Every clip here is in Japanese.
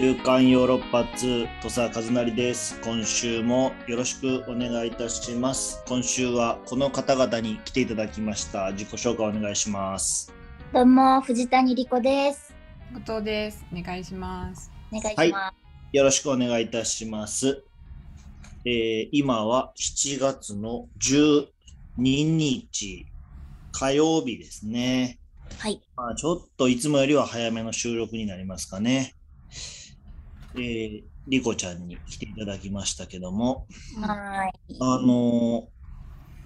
週刊ヨーロッパ2土佐和成です今週もよろしくお願いいたします今週はこの方々に来ていただきました自己紹介お願いしますどうも藤谷莉子です。後藤です。お願いします。お願いします。はいよろしくお願いいたします、えー今は7月の12日火曜日ですねはい。まあ、ちょっといつもよりは早めの収録になりますかね。えー、リコちゃんに来ていただきましたけども、はあの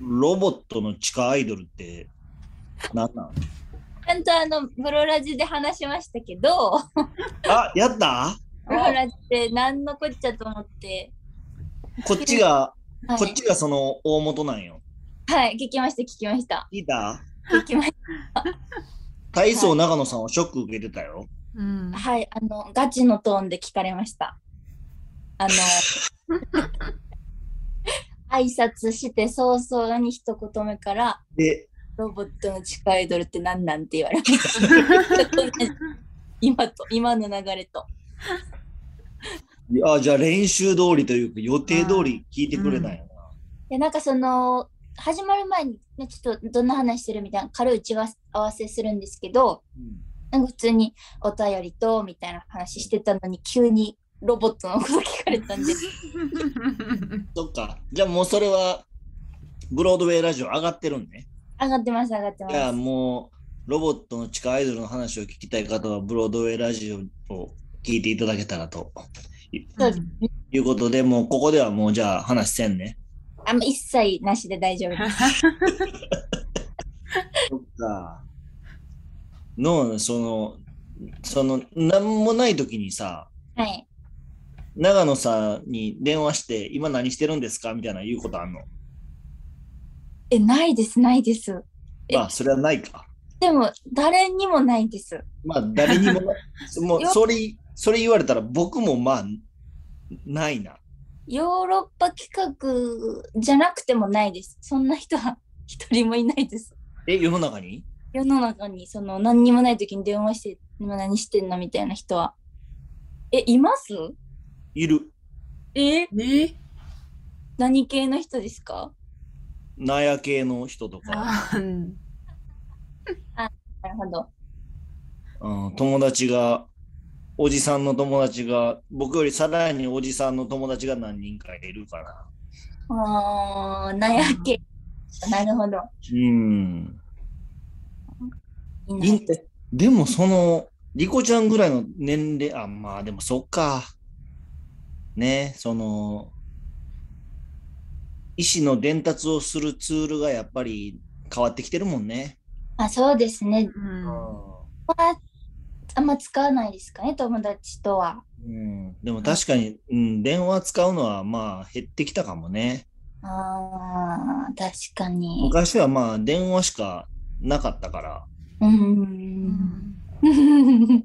ーロボットの地下アイドルって何なんい。ちゃんとあのブロラジで話しましたけど、あ、やったブロラジって何のこっちゃと思って、こっちが、はい、こっちがその大元なんよ。はい、聞きました聞きましたいた聞きまし体操長野さんはショック受けてたよ。うんた。。はい、あのガチのトーンで聞かれました。あの挨拶して早々に一言目からで、ロボットの地下アイドルって何なんて言われました。 ちょっとね今と今の流れと。あじゃあ練習通りというか予定通り聞いてくれないよな。でなんかその始まる前に、ね、ちょっとどんな話してるみたいな軽い打ち合わせするんですけどなんか普通にお便りとみたいな話してたのに急にロボットのこと聞かれたんでそっか。じゃあもうそれは、ブロードウェイラジオ上がってるんね。上がってます上がってまじゃあす。もう、ロボットの地下アイドルの話を聞きたい方は、ブロードウェイラジオを聞いていただけたらとそううんいうことで、もうここではもうじゃあ話せんね。あんま一切なしで大丈夫です。そっか。の、その、その、なんもない時にさ、はい。長野さんに電話して、今何してるんですかみたいな言うことあんの。えないですないです。えまあ、それはないか。でも誰にもないです。まあ、誰 にも、もう、よそれ、それ言われたら僕もまあ、ないな。ヨーロッパ企画じゃなくてもないです。そんな人は一人もいないです。え、世の中に世の中にその何にもない時に電話して今何してんのみたいな人は。え、いますいる。ええ何系の人ですか納屋系の人とか、あうんなるほど。うん、友達が、おじさんの友達が、僕よりさらにおじさんの友達が何人かいるかな。あー、なんやっけ。なるほど。うん。いないいんでもその、リコちゃんぐらいの年齢、あ、まあでもそっか。ね、その、意思の伝達をするツールがやっぱり変わってきてるもんね。あ、そうですね。うんはあんま使わないですかね、友達とは。うん、でも確かに、うん、電話使うのはまあ減ってきたかもね。あー、確かに。昔はまあ電話しかなかったから、うー。うん ん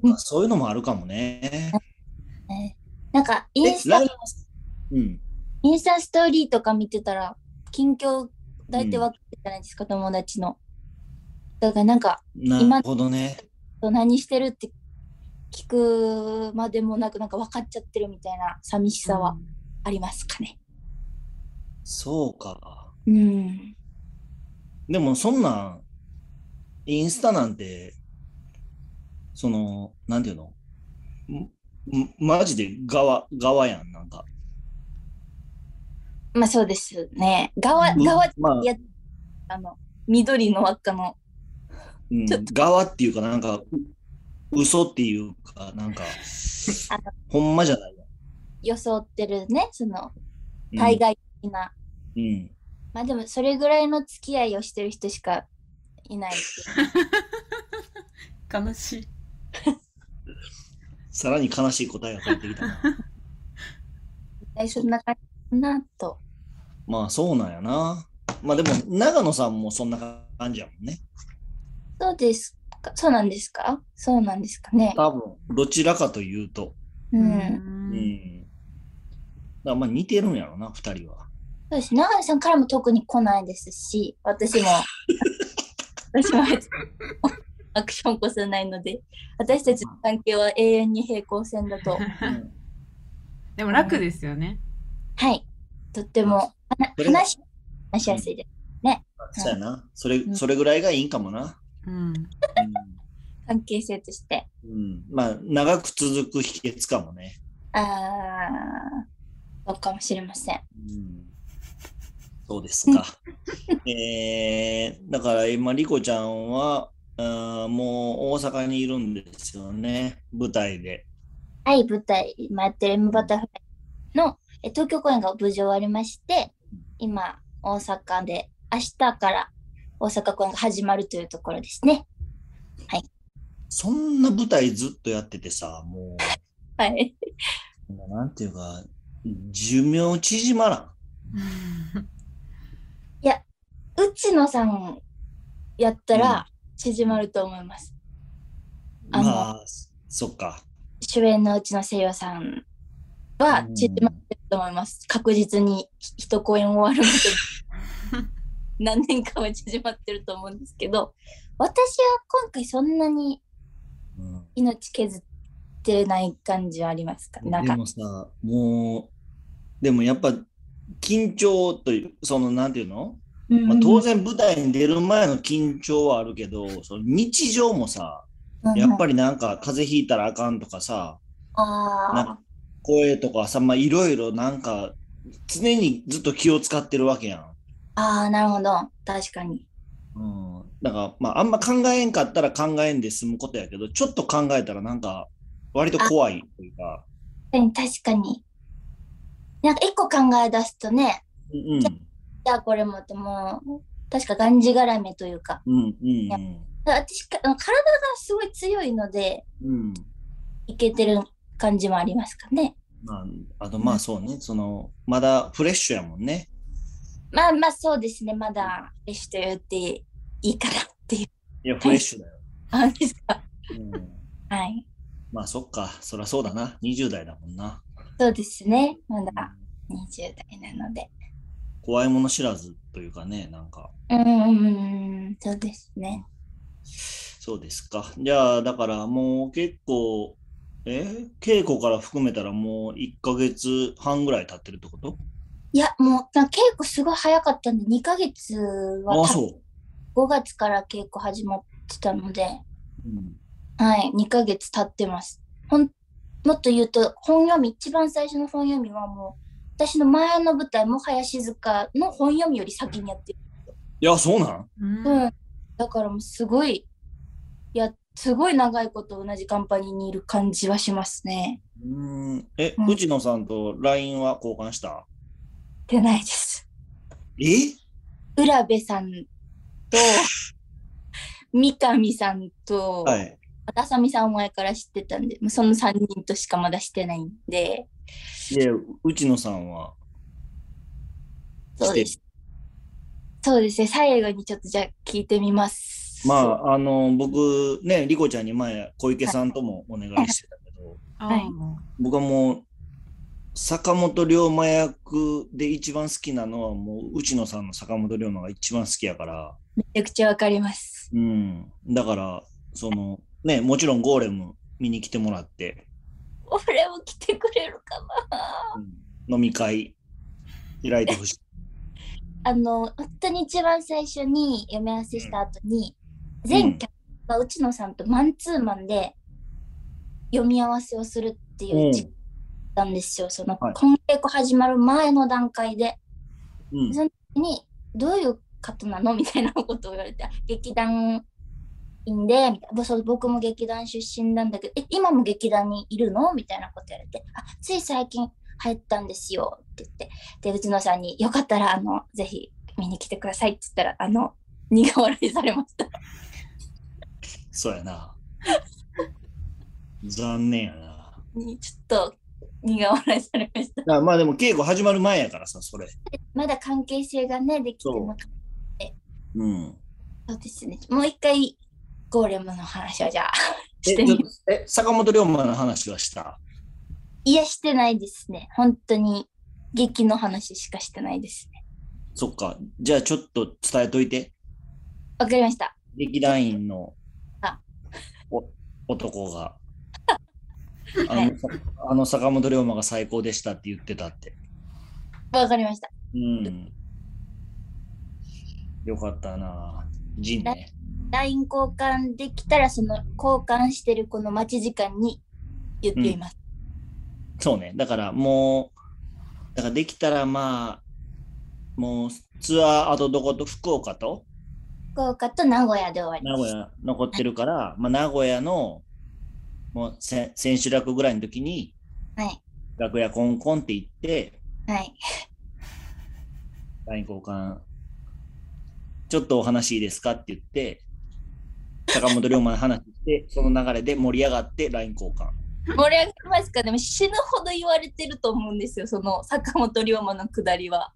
まあそういうのもあるかもね。ねなんかイえンス、タライうん。インスタストーリーとか見てたら近況大体分かってるじゃないですか、友達の。だからなんかなるほどね。何してるって聞くまでもなくなんか分かっちゃってるみたいな寂しさはありますかね。そうか。うん。でもそんなん、インスタなんて、その、なんていうのんんマジで側、側やん、なんか。まあそうですね。側、うん側、まあい、や、あの、緑の輪っかの。うん、側っていうか、なんか、う嘘っていうか、なん か、ほんまじゃないよ。装ってるね、その、うん対外的な。うん。まあでも、それぐらいの付き合いをしてる人しか いないですよ。悲しい。さらに悲しい答えが返ってきたな。大体そんな感じかなと。まあそうなんやな。まあでも長野さんもそんな感じやもんね。そうですか。そうなんですかそうなんですかね。多分どちらかというと。う。うんうんん。だからまあ似てるんやろな、二人 は。そうです。長野さんからも特に来ないですし、私も。私も別にアクションこそないので、私たちの関係は永遠に平行線だと。でも楽ですよね。はい。とっても、話それが話し話しやすいです。そうやな。それ、それぐらいがいいんかもな。うん。関係性として。うん。うんまあ、長く続く秘訣かもね。あー、そうかもしれません。うんそうです か。えー、だから今、リコちゃんは、あーもう大阪にいるんですよね、舞台で。はい、舞台、今やってる M バタフライのえ東京公演が無事終わりまして、今、大阪で、明日から大阪公演が始まるというところですね。そんな舞台ずっとやっててさ、もはい。う、もうなんていうか、寿命縮まらん。内野さんやったら縮まると思います。あのまあ、そっか。主演のうちの西洋さんはうん縮まってると思います。確実にひ一公演終わる まで何年かは縮まってると思うんですけど、私は今回そんなにうん命削ってない感じはありますかなんでか、もさ、もう、でもやっぱ、緊張という、その、なんていうのまあ、当然舞台に出る前の緊張はあるけど、その日常もさ、やっぱり、りなんか風邪ひいたらあかんとかさ、なんあか声とかさ、まあいろいろなんか常にずっと気を使ってるわけやん。ーあー、なるほど。確かに。うん、だから、まあ、あんま考えんかったら考えんで済むことやけど、ちょっと考えたらなんか割と怖いというか、確かに。なんか一個考え出すとね、うん、じゃあこれもってもう、確かがんじがらめというか、うん、うん、私かあの体がすごい強いので、うん。うんいけてる感じもありますかね。まあ、あとまあそうね、その、まだフレッシュやもんね。まあまあそうですね、まだフレッシュと言っていいかなっていういや、フレッシュだよ。感じですか。うんはい。まあそっか、そりゃそうだな。20代だもんな。そうですね、まだ20代なので。怖いもの知らずというかね、なんか。うんうんうんうん、そうですね。そうですか。じゃあ、だからもう結構、え稽古から含めたらもう1ヶ月半ぐらい経ってるってこといや、もうなんか稽古すごい早かったんで、2ヶ月あはあ、そ5月から稽古始まってたので、う。うん、はい、2ヶ月経ってます。ほんもっと言うと、本読み、一番最初の本読みはもう、私の前の舞台、もはや静かの本読みより先にやってる。いや、そうなんうん。うん。だからもうすごい、いや、すごい長いこと同じカンパニーにいる感じはしますね。うーん。え、うん内野さんと LINE は交換した出ないです。え浦部さんと、三上さんと、はい。まさみさんを前から知ってたんで、もうその3人としかまだしてないんで、で、内野さんは。そうです。そうですね。最後にちょっとじゃあ聞いてみます。まあ、あの、僕、ね、リコちゃんに前、小池さんともお願いしてたけど、あはい僕はもう坂本龍馬役で一番好きなのはもう内野さんの坂本龍馬が一番好きやから、めちゃくちゃわかります。うん、だからそのねもちろんゴーレム見に来てもらって、俺も来てくれるかな。うん飲み会開いてほしい。あの、本当に一番最初に読み合わせした後に、ん全客が内野さんとマンツーマンで読み合わせをするっていう時間だったんですよ。その、はい今稽古始まる前の段階で。うんその時に、どういう方なのみたいなことを言われて、あ劇団員で、みたいなそう僕も劇団出身なんだけど、え、今も劇団にいるのみたいなこと言われて、あ、つい最近入ったんですよって言って、で、内野さんに、よかったら、あの、ぜひ見に来てくださいって言ったら、あの、苦笑いされました。そうやな。 残念やな。にちょっと苦笑いされました。だからまあでも稽古始まる前やからさ、それ。まだ関係性がね、できてなかった。うん、そうですね。もう一回、ゴーレムの話をじゃあ、しえてみちょっとえ坂本龍馬の話はした。いや、してないですね。本当に、劇の話しかしてないですね。そっか。じゃあちょっと伝えといて。わかりました。劇団員のあお男 が。あのあの坂本龍馬が最高でしたって言ってたって。わかりました。うん。よかったな。ジンね。 LINE 交換できたら、その交換してるこの待ち時間に言っています。そうね。だからもう、だからできたらまあ、もうツアーあとどこと福岡と福岡と名古屋で終わり名ます。古屋残ってるから、まあ名古屋のもうせ千秋楽ぐらいの時にはい。楽屋コンコンって行って、はい。 LINE 交換、ちょっとお話いいですかって言って、坂本龍馬の話して、その流れで盛り上がって LINE 交換。盛り上がりますかでも死ぬほど言われてると思うんですよ、その坂本龍馬のくだりは。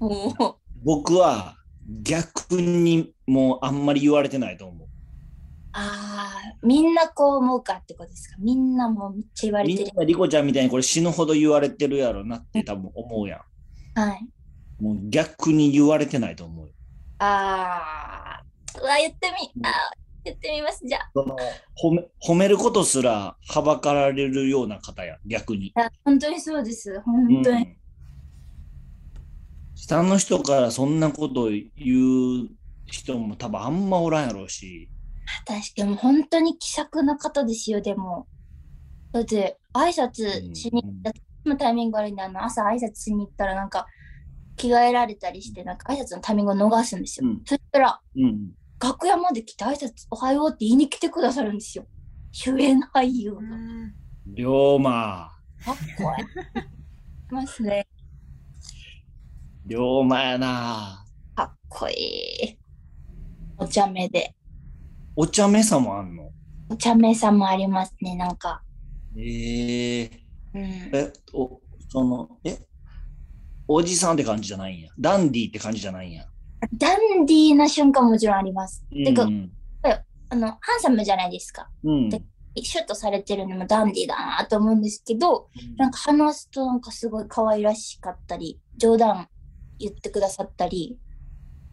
もう、僕は逆にもうあんまり言われてないと思ああ、みんなこう思うかってことですかみんなもうめっちゃ言わう。れみてんる。なリコちゃんみたいにこれ死ぬほど言われてるやろなって多分思うやはい。ん。もう逆に言われてないと思う。ああ、うわ、言ってみ、あー言ってみます、じゃあ。その褒め褒めることすらはばかられるような方や、逆に。いや本当にそうです、本当に。うん下の人からそんなこと言う人も多分あんまおらんやろうし、確かに、もう本当に気さくな方ですよ、でも。だって、挨拶しに行った、いつもタイミング悪いんで、あの朝挨拶しに行ったら、なんか、着替えられたりして、なんか挨拶のタイミングを逃すんですよ。うんそしたら、うん、楽屋まで来て挨拶おはようって言いに来てくださるんですよ。主演俳優が。かっ龍馬こい い。ますね。龍馬やなかっこいい。お茶目で。お茶目さもあんのお茶目さもありますね、なんか。ええうん。えおそのえおじさんって感じじゃないんやダンディーって感じじゃないんや、ダンディーな瞬間ももちろんあります。てかう、んあの、ハンサムじゃないですか。うんでシュッとされてるのもダンディーだなと思うんですけど、なんか話すとなんかすごい可愛らしかったり、冗談言ってくださったり、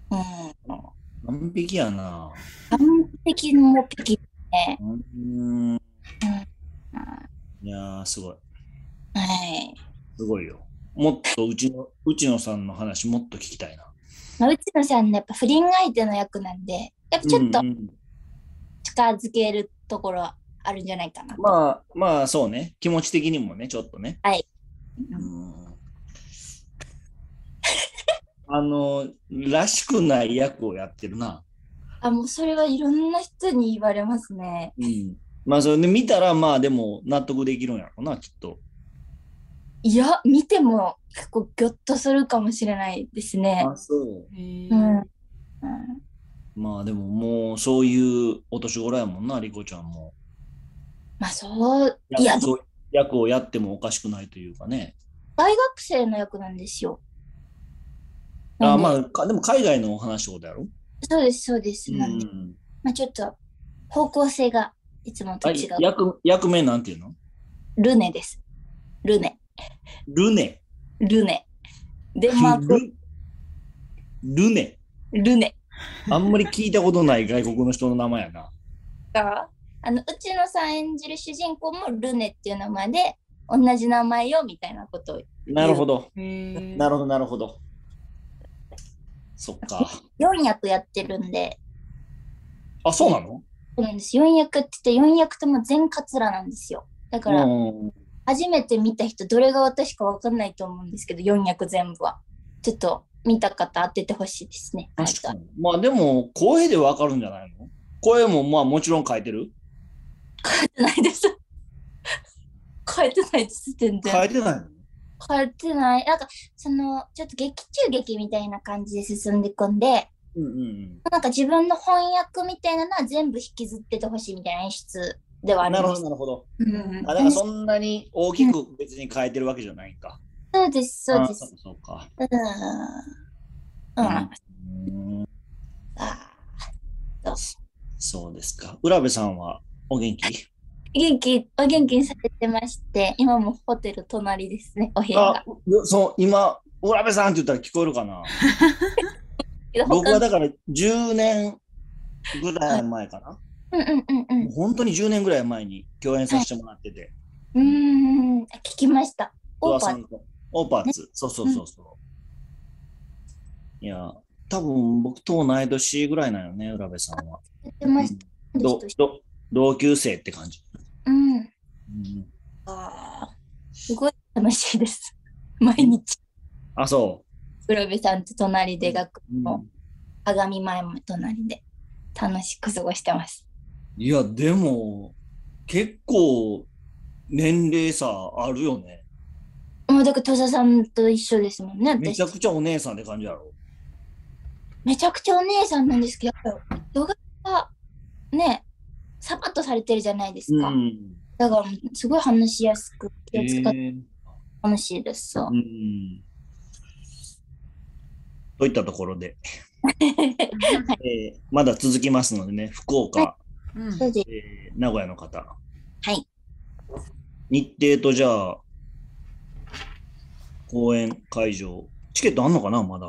うん。完璧やな完璧の璧ね。うんうんいやーすごいはい。すごいよもっとうちのうちのさんの話もっと聞きたいなまあ、内野さんね、やっぱ不倫相手の役なんで、やっぱちょっとうんうん近づけるところはあるんじゃないかな。まあまあそうね気持ち的にもねちょっとねはいうんあのらしくない役をやってるな、あ、もうそれはいろんな人に言われますね。うん、まあそれで見たらまあでも納得できるんやろうなきっといや、見ても結構ギョッとするかもしれないですね。そうん。うんうまあでももうそういうお年頃やもんなリコちゃんもまあそう、いや、そう役をやってもおかしくないというかね大学生の役なんですよ。ああ、まあかでも海外のお話ってことやろ、そうです、そうです。うなんで、ん、まあちょっと方向性がいつもとあ違う。役役名なんていうのルネです。ルネ、ルネルネ。デンマーク、ルルネ。ルネ。あんまり聞いたことない外国の人の名前やな。があの内野さん演じる主人公もルネっていう名前で同じ名前よみたいなことをなるほど。えなるほど、なるほど。そっか。 4役やってるんであ、そうなのそうなんです4役って言って4役とも全カツラなんですよだからうん。初めて見た人どれが私か分かんないと思うんですけど4役全部はちょっと見た方当ててほしいですねはい確かに。まあでも、声でわかるんじゃないの声もまあもちろん変えてる変えてないです変えてないです全然変えてないの変えてないなんかそのちょっと劇中劇みたいな感じで進んでいくんでうんうんうん。なんか自分の翻訳みたいなのは全部引きずっててほしいみたいな演出ではありなるまほすど、。なるほど。うんうんあ、だからそんなに大きく別に変えてるわけじゃないんか。そうです、そうであす。そうか。うん。うん。あうんそうそうですか。浦部さんはお元気元気、お元気にされてまして、今もホテル隣ですね、お部屋あが。、よそう、今、浦部さんって言ったら聞こえるか なけど僕は他のだから10年ぐらい前かなうんうんうもんううん本当に10年ぐらい前に共演させてもらってて、うーん。聞きました。オオーーパパーー。ツ。オーパーツ。そうそうそうそう。いや、多分僕と同い年ぐらいなのね、浦部さんは。言ってました。どど同級生って感じ。うん。うんああ。すごい楽しいです。毎日、あ、そ浦部さんと隣で学う、うんも鏡前も隣で楽しく過ごしてます。いや、でも、結構、年齢差あるよね。もうだから土佐さんと一緒ですもんね、め私ちゃ。くちゃお姉さんって感じやろ。めちゃくちゃお姉さんなんですけど、やっぱ動画がね、サパッとされてるじゃないですか。ん。だから、すごい話しやすく、気を使ってえー楽しいです。そうう。ん。といったところで、えーまだ続きますのでね、福岡、うんそうです。えー名古屋の方。はい。日程とじゃあ、公演会場、チケットあんのかな、まだ。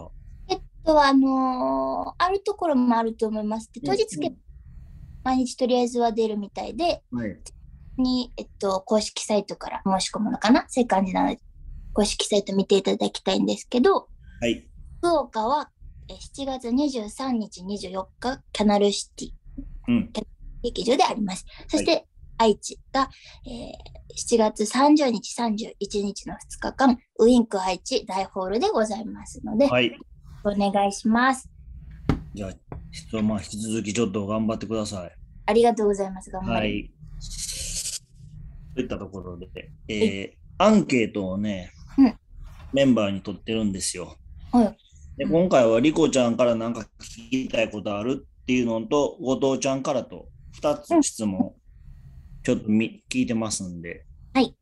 あとは、あのーあるところもあると思います。で当日券、毎日とりあえずは出るみたいで、はい。に、えっと、公式サイトから申し込むのかなそういう感じなので、公式サイト見ていただきたいんですけど、はい。福岡はえ7月23日、24日、キャナルシティうん。劇場であります。そして、愛知が、えー7月30日、31日の2日間、ウインク愛知大ホールでございますので、はい。お願いします。じゃあ、ひまあ、引き続きちょっと頑張ってください。ありがとうございます。頑張はりい。といったところで、えーアンケートをね、うんメンバーに取ってるんですよ。はいで今回はリコちゃんから何か聞きたいことあるっていうのと、後藤ちゃんからと2つ質問、ちょっとみ聞いてますんで、はい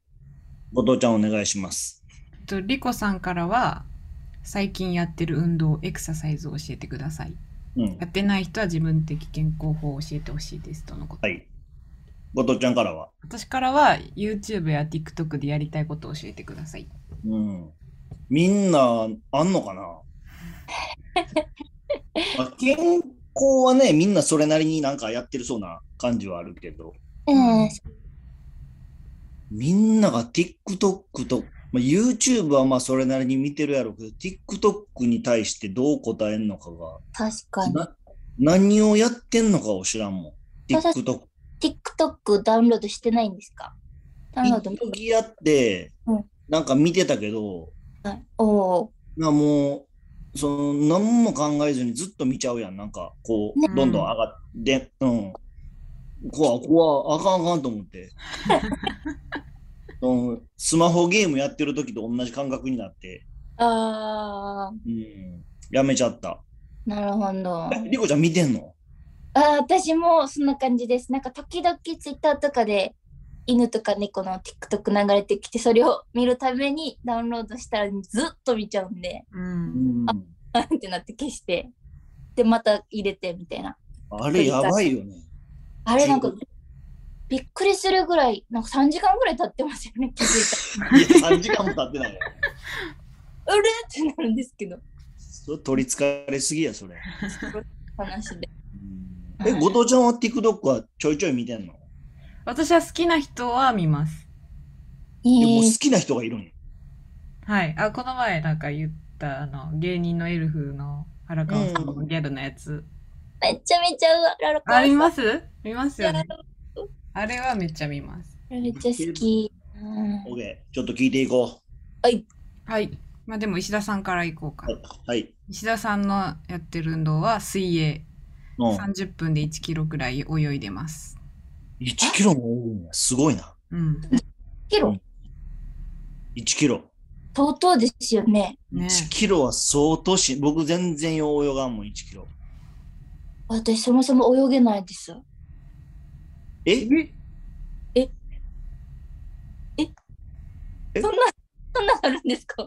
後藤ちゃんお願いします。えっとリコさんからは最近やってる運動エクササイズを教えてくださいうんやってない人は自分的健康法を教えてほしいですとのこと、はい、後藤ちゃんからは、私からは YouTube や TikTok でやりたいことを教えてくださいうん、みんなあんの かなまあ健康はね、みんなそれなりになんかやってるそうな感じはあるけど、うん、みんなが TikTok と、まあ、YouTube はまあそれなりに見てるやろうけど、TikTok に対してどう答えんのかが、確かに。な何をやってんのかを知らんもん。そうそう TikTok。 TikTok ダウンロードしてないんですかダウンロード一時やってうん、なんか見てたけど、はい。おお。なもう、その何も考えずにずっと見ちゃうやん。なんかこねう、どんどん上がって、うん。怖い怖いあかんあかんと思って。そのスマホゲームやってる時と同じ感覚になって、ああ、うん、やめちゃった。なるほど。あえリコちゃん見てんのー私もそんな感じです。なんか時々 Twitter とかで犬とか猫の TikTok 流れてきて、それを見るためにダウンロードしたらずっと見ちゃうんで、 うんあってなって消して、で、また入れてみたいな。あれやばいよね。あれなんか中びっくりするぐらい、なんか3時間ぐらい経ってますよね、気づいいや3時間も経ってないよ。た。あれってなるんですけど、それ取りつかれすぎや、それ。話 で。うんえ、後藤ちゃんは TikTok はちょいちょい見てんの、私は好きな人は見ますええもうー好、きな人がいるんよはいあこの前なんか言ったあの芸人のエルフの荒川さんのギャルのやつ、めっちゃめちゃうわ、ラロコあ見ます見ますめよっねあれはめっちゃ見ますちゃ好き。うんオッケー、ちょっと聞いていこはいまあでも石田さんからいこうか、う。はい。はい。石田さんのやってる運動は水泳うん、 30分で1キロくらい泳いでます。 1キロも多いね。すごいな。うん。キロ1キロ。相当ですよね。ね1キロは相当し、僕全然よう泳がんもん、1キロ。私そもそも泳げないです。え えそんな、そんなのあるんですかい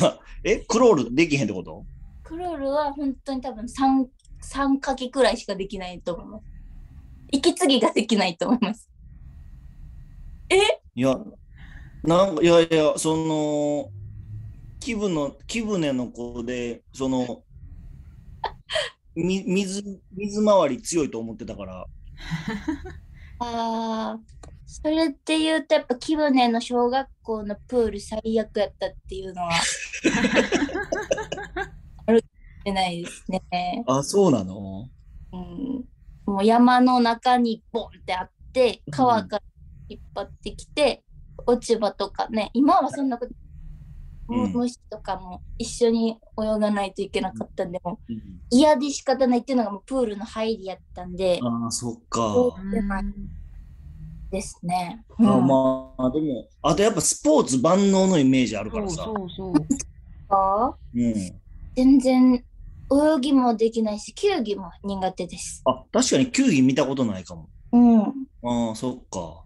や、え、クロールできへんってことクロールは本当に多分3、三かきくらいしかできないと思います。息継ぎができないと思います。いや、なんか、いやいや、その、気分の、気船の子で、その、み水、水回り強いと思ってたから、ああ、それって言うと、やっぱ、キムネの小学校のプール最悪やったっていうのは、あるってないですね。あ、そうなのうん、もう山の中にボンってあって、川から引っ張ってきて、落ち葉とかね、今はそんなこと、うん虫とかも一緒に泳がないといけなかったんで、もう嫌で仕方ないっていうのがもうプールの入りやったんで、ああ、そっか。そうですね。あうんまあ、でも、あとやっぱスポーツ万能のイメージあるかそらうさ。そうそう。あうん、全然泳ぎもできないし、球技も苦手です。あ、確かに球技見たことないかも。うん。ああ、そっか。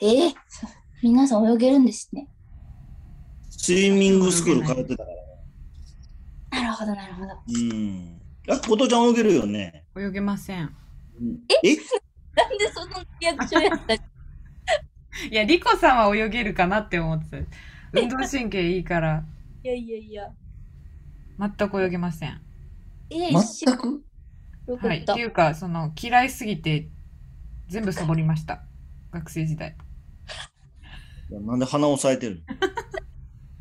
え ー、皆さん泳げるんですね。スイミングスクール通ってたから。なるほど、なるほど。うん。あ、ことちゃん泳げるよね。泳げません。えなんでそのリアクションやったっけいや、リコさんは泳げるかなって思ってた。運動神経いいから、いやいやいや。全く泳げません。えー、一全瞬くよかはっ。い。ったていうか、その、嫌いすぎて、全部サボりました。学生時代。いやなんで鼻押さえて るの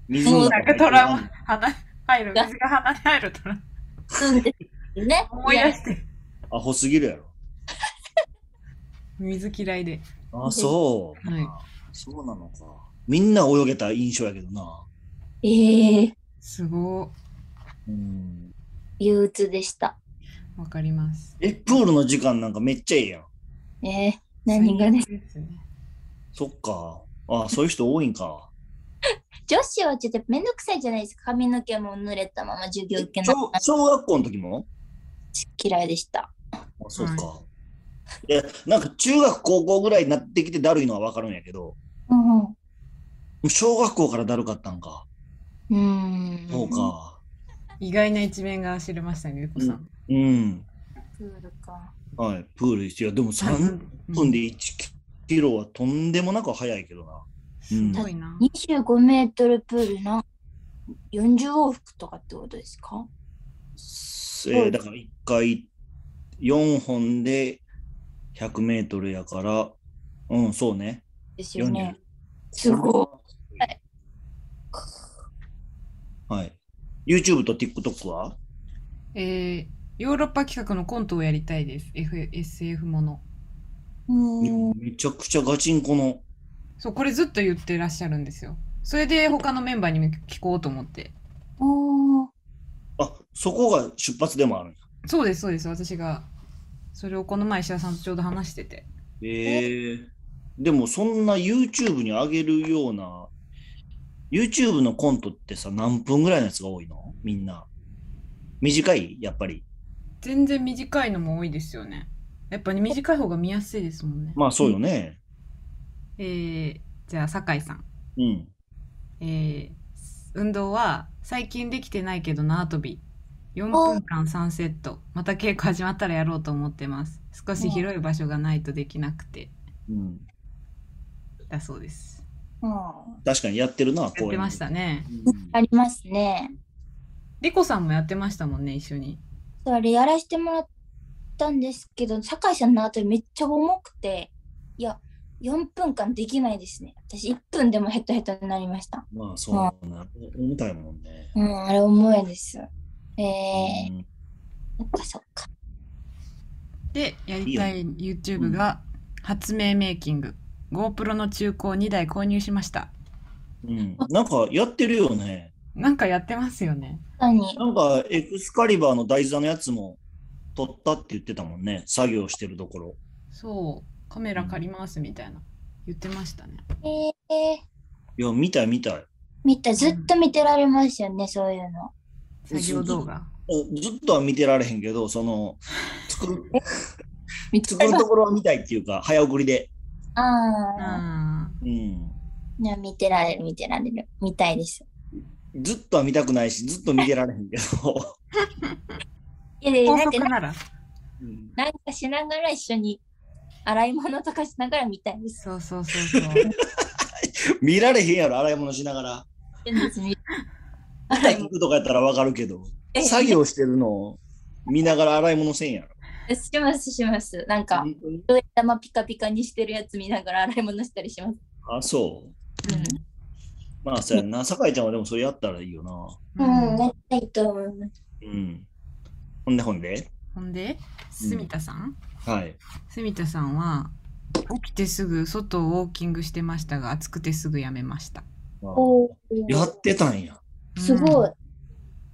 水もうなんかトラウマ、鼻、入る、水が鼻に入るトラウすんですね。マ。思い出して。アホすぎるやろ。水嫌いで。あ、そう。はいあそうなのか。みんな泳げた印象やけどな。ええー、すごうん。憂鬱でした。い。わかります。え、プールの時間なんかめっちゃええやん。えー、何がです最悪ですね。そっか。あ、そういう人多いんか。女子はちょっとめんどくさいじゃないですか。髪の毛も濡れたまま授業受けない小小学校の時も嫌いでした。あそうか。いや、なんか中学高校ぐらいになってきてだるいのはわかるんやけど、うん、うん。小学校からだるかったんか。うーん。そうか。意外な一面が知れましたね、ゆうこさん。うん。プールか。はい、プール一緒。いやでも3分で1キロはとんでもなく早いけどな。うんすごいな。 25メートルプールな40往復とかってことですかえーだから1回4本で100メートルやから、うん、そうね。ですよ40ね。。すごい。はい。YouTube と TikTok はえー、ヨーロッパ企画のコントをやりたいです。F SF もの。うーん。めちゃくちゃガチンコの。そう、これずっと言ってらっしゃるんですよ。それで他のメンバーにも聞こうと思って。おーあ、そこが出発でもあるんや。そうです、そうです。私が。それをこの前、石田さんとちょうど話してて。ええでもそんな YouTube に上げるような、YouTube のコントってさ、何分ぐらいのやつが多いのみんな。短いやっぱり。全然短いのも多いですよね。やっぱり短い方が見やすいですもんね。まあそうよね。えー、じゃあ、酒井さん。うん。えー、運動は最近できてないけど縄跳び。4分間3セット。また稽古始まったらやろうと思ってます。少し広い場所がないとできなくて。うん。だそうです。うん。確かにやってるな、やって園ましたね。うんありますね。リコさんもやってましたもんね、一緒に。それやらせてもらったんですけど、酒井さんの後めっちゃ重くて、いや、4分間できないですね。私1分でもヘトヘトになりました。まあそうな。重たいもんね。うん、あれ重いです。えー、うんそっかそっか。で、やりたい YouTube が発明メイキング。GoPro の中古を2台購入しました。うん。なんかやってるよね。なんかやってますよね。何なんかエクスカリバーの台座のやつも取ったって言ってたもんね。作業してるところ。そう、カメラ借りますみたいな。言ってましたね。えー、いや、見たい見たい。見た、ずっと見てられますよね、そういうの。作業動画。ずっとは見てられへんけど、その、作る、見作るところは見たいっていうか、早送りで。ああ、あうん。いや見てられる、見てられる、見たいです。ずっとは見たくないし、ずっと見てられへんけど。いやいーや、な高ん速か、なら。うんなんかしながら一緒に、洗い物とかしながら見たい です。そうそうそうそう。見られへんやろ、洗い物しながら。洗い聞物くとかやったらわかるけど、作業してるのを見ながら洗い物せんやろ。しますします。なんか、本当に上玉ピカピカにしてるやつ見ながら洗い物したりします。あ、そう。まあ、そうやんな。酒井ちゃんはでもそれやったらいいよな。うん、なりたいと思います。うん。ほんでほんで。ほんで、住田さん、はい。住田さんは起きてすぐ外をウォーキングしてましたが暑くてすぐやめました。まあおやってたんや。すごい。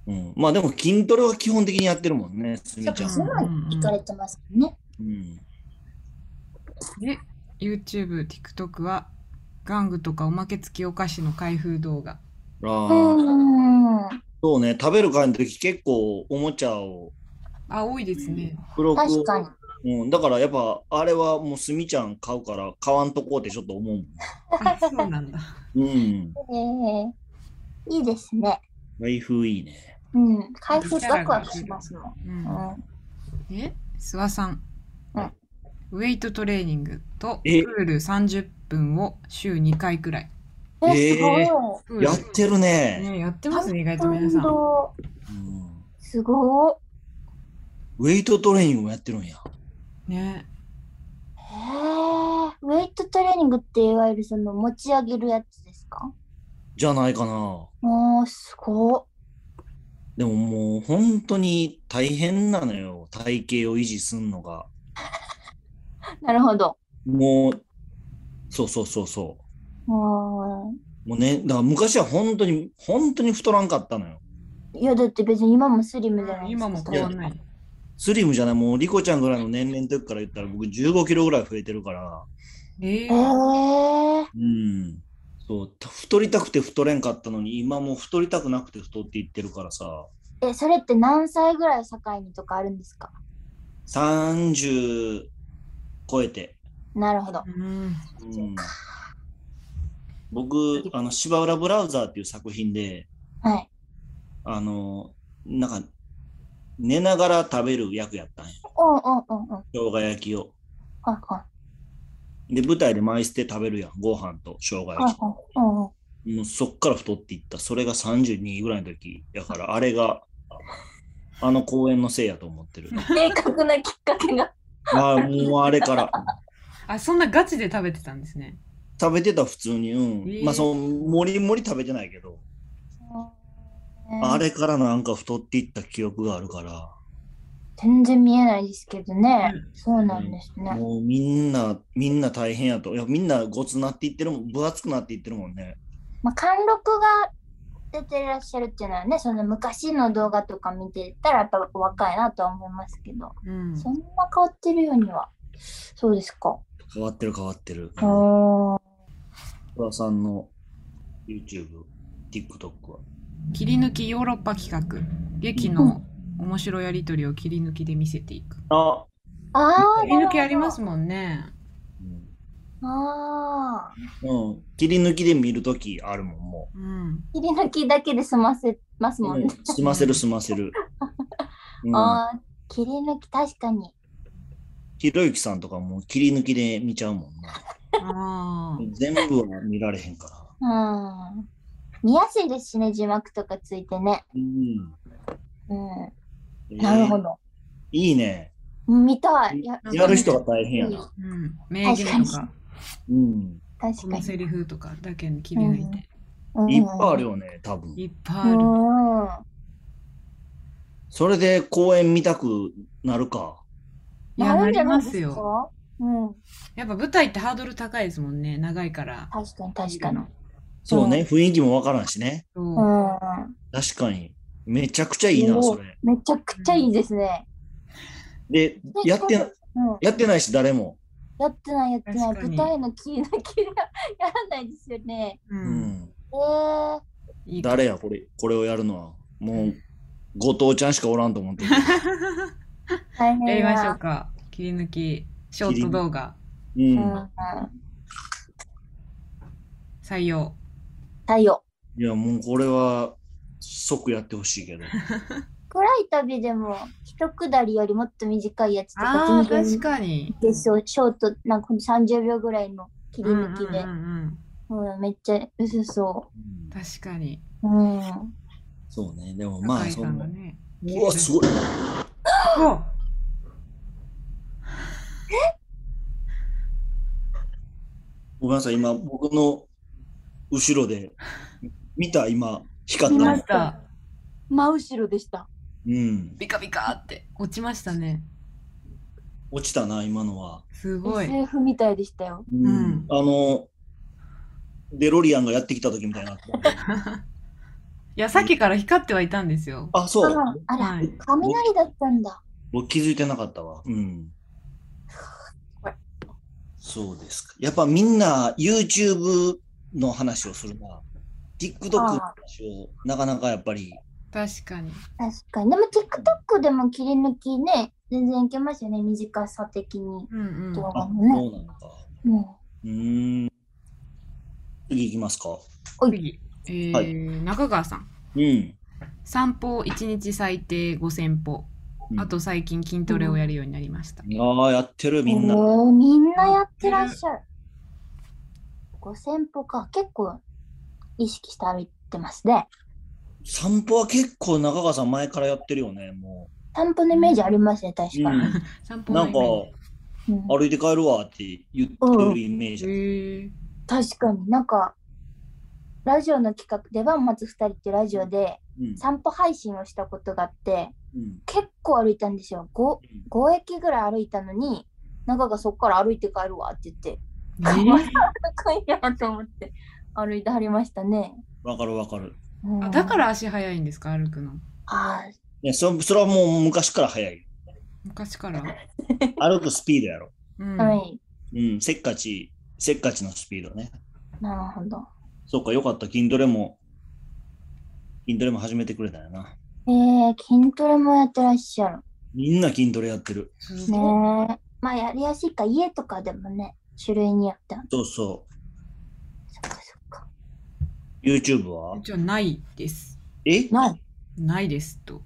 うん。まあでも筋トレは基本的にやってるもんね、すみちそゃうんすごいは。行かれてますね。うん。うん。で、YouTube、TikTok は玩具とかおまけ付きお菓子の開封動画。あうーん。そうね、食べる会の時結構おもちゃを、あ、多いですね。黒く確かに。うん、だからやっぱあれはもうすみちゃん買うから買わんとこうってちょっと思うあそうなんだ。もん。うん。えーいいですね。開封いいね。うん。開封ワクワクしますもん。うん、うで、諏訪さん,、うんウェイトトレーニングとプえール30分を週2回くらい。ん、え、すごいえ。プールやってるね。ね、やってますね、意外と皆さん。動うんすごい。ウェイトトレーニングもやってるんや。ね、へーウェイトトレーニングっていわゆるその持ち上げるやつですかじゃないかな。おー、すごい。でももう本当に大変なのよ。体型を維持すんのが。なるほど。もう、そうそうそうそあう。もうね、だから昔は本当に、本当に太らんかったのよ。ーいや、だって別に今もスリムじゃないですか。今も変わんない。スリムじゃない、もうリコちゃんぐらいの年齢の時から言ったら僕15キロぐらい増えてるから、ええー、うん。そう、た太りたくて太れんかったのに、今もう太りたくなくて太っていってるからさ、え、それって何歳ぐらいを境にとかあるんですか30超えて。なるほど。うん、うん、僕、あの、芝浦ブラウザーっていう作品で、はい。あの、なんか、寝ながら食べる役やったんや。うんうんうんうん。生姜焼きを。はいはで、舞台で舞捨て食べるやん。ご飯と生姜い。はい焼はい。うんうん。き。もうそっから太っていった。それが32ぐらいの時や から、あれが、あの公演のせいやと思ってる。明確なきっかけが。ああ、もうあれから。あ、そんなガチで食べてたんですね。食べてた普通に、うん。まあ、その、もりもり食べてないけど、あれからなんか太っていった記憶があるから。全然見えないですけどね。そうなんですね。もうみんな、みんな大変やと。いや、みんなごつなっていってるもん、分厚くなっていってるもんね。まあ、貫禄が出てらっしゃるっていうのはね、その昔の動画とか見てたらやっぱ若いなとは思いますけど、うん。そんな変わってるようには。そうですか。変わってる変わってる。小おー田さんの YouTube、TikTok は。切り抜きヨーロッパ企画。劇の面白いやりとりを切り抜きで見せていく。あ、あー切り抜きありまなすもんね。うるほどあん。うん切り抜きで見るときあるもん、もうん。ー切り抜きだけで済ませますう。もんね。済ませる済ませる。うん、ああー切り抜き確かに。ひろゆきさんとかも切り抜きで見ちゃうもんな。ああ。全部は見られへんから。うん。見やすいですしね、字幕とかついてね。うん。うん。なるほえーど。いいね。見たい。ややる人が大変やな。うん。名言とか、うん。確こかのに。セリフとかだけ切り抜いて。うんいっぱいあるよね、多分。いっぱいある。うん。それで公演見たくなるか。いや、なるんじりゃなまいですすかよ。うん。やっぱ舞台ってハードル高いですもんね。長いから。確かに確かに。そうね、雰囲気もわからんしね。うそん。確かに。めちゃくちゃいいな、おーそれ。めちゃくちゃいいですね。で、やってな、うん。やってないし、誰も。やってないやってない。確かに舞台の切り抜きではやらないですよね。う。う。うんん。えー、いいか誰や、これ、これをやるのは。もう、後藤ちゃんしかおらんと思ってる。大変 やりましょうう。か。切り抜き、ショート動画、う。うんん。採用。太陽。いや、もうこれは、即やってほしいけど。暗い旅でも、一くだりよりもっと短いやつとか、ああ、全確然かに。ですよ。ショート、なんかこの30秒ぐらいの切りうんう抜んうきんうで。ん、うん、めっちゃ薄そうん確かに。う。うん。そうね、でもまあ、酒井そさんがの、ね。うわ、すごい。おごめんなさい、今、僕の後ろで、見た、今、光見っまたしの。た。真後ろでした。うん。ビカビカって落ちましたね。落ちたな、今のは。すごい。 SF みたいでしたよ。うんあの、デロリアンがやってきた時みたいになってた。いや、さっきから光ってはいたんですよ。あ、そう。ああら、はい。雷だったんだ。僕気づいてなかったわ。うんこれ。そうですか。やっぱみんな YouTube の話をするな。TikTok の話をなかなかやっぱり。確かに。確かに。でも TikTok でも切り抜きね、全然いけますよね、短さ的に。うんうん。動あ画そもね。うなのか。もうーん。次行きますか。次。えー中川さん。うん。散歩を1日最低5000歩。うんあと最近筋トレをやるようになりました。ああ、やってるうみんな。おーみんなやってらっしゃる。5000歩か。結構意識して歩いてますね。散歩は結構中川さん前からやってるよね、も散歩のイメージありますね、確う。うん、か に。散歩なんかうん歩いて帰るわって言ってるイメーへジ。ー確かになんか、ラジオの企画、出番待つ2人ってラジオでうん散歩配信をしたことがあって、うん結構歩いたんですよ。5、5駅ぐらい歩いたのに、中がそこから歩いて帰るわって言って、 えー高いやと思って歩いてはりましたね。わかるわかる。うんあだか、ら足早いんですか歩くの。あいやそそれはもう昔から早い。昔から。歩くスピードやろ。うん。ーはい、うん、せっかち、せっかちのスピードね。なるほど。そうか、よかった。筋トレも、筋トレも始めてくれたよな。えー、筋トレもやってらっしゃる。みんな筋トレやってる。すねごいえまあやりやすいか、家とかでもね、種類によっては。そうそそっかそっか。う。YouTube はじゃあないです。えない。ないですと。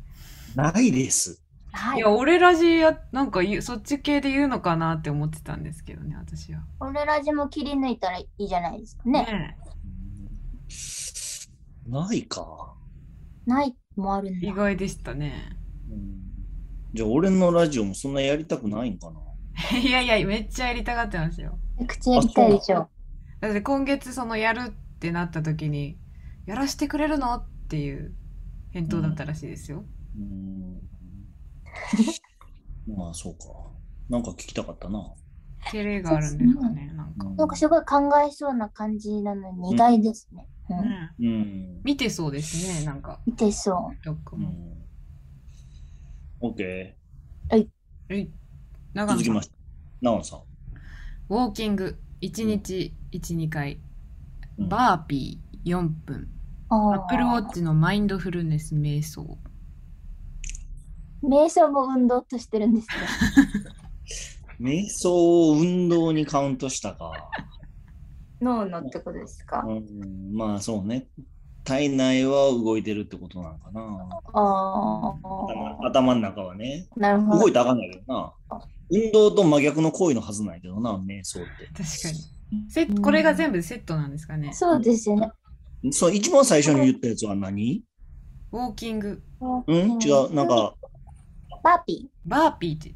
ないです。はいいや、。俺ラジや、なんか言うそっち系で言うのかなって思ってたんですけどね、私は。俺らじも切り抜いたらいいじゃないですかね。うんないか。ないもあるんえ意だ。外でしたね。 うんじゃあ、俺のラジオもそんなやりたくないんかな。いやいや、めっちゃやりたがってますよ。めちゃくちゃやりたいでしょ。だって今月そのやるってなった時に、やらしてくれるのっていう返答だったらしいですよ。 うん。まあ、そうか。なんか聞きたかったな。照れがあるんですかね、なんか。うなんかすごい考えそうな感じなのにうん意外ですね。うん。ねうん。見てそうですね、なんか。見てそう。どっかうも。ん。OK。はい。長続野きさんまして、長野さん。ウォーキング1日1、2回、うんバーピー4分、あアあップルウォッチのマインドフルネス瞑想。瞑想も運動としてるんですね。瞑想を運動にカウントしたか。 脳のってことですか。うん、まあそうね。体内は動いてるってことなのかな。あ頭あ。頭の中はね。なるほ動どい。てあかんないけどな。運動と真逆の行為のはずないけどな、瞑想って。確かに。セッこれが全部セットなんですかね。そうですよね。そう一番最初に言ったやつは何ウォーキング、うん違う。なんか、バーピー。バーピーって、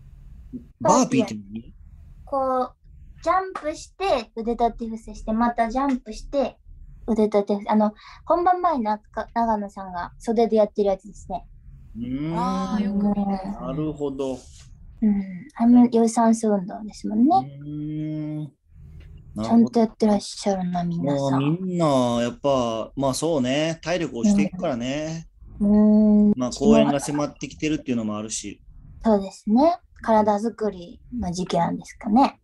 バーピーって何こう、ジャンプして、腕立て伏せして、またジャンプして、腕立て伏せ。あの、本番前になか長野さんが袖でやってるやつですね。うーん。あーよく見るやつなるほど。ううん。あれも有酸素運動ですもんね。ーん。なるちゃほんどとやってらっしゃるな、皆もさうみん。んな、やっぱ、まあそうね、体力落ちていくからね。うん。まあ公演が迫ってきてるっていうのもあるし。そうですね。体づくりの時期なんですかね。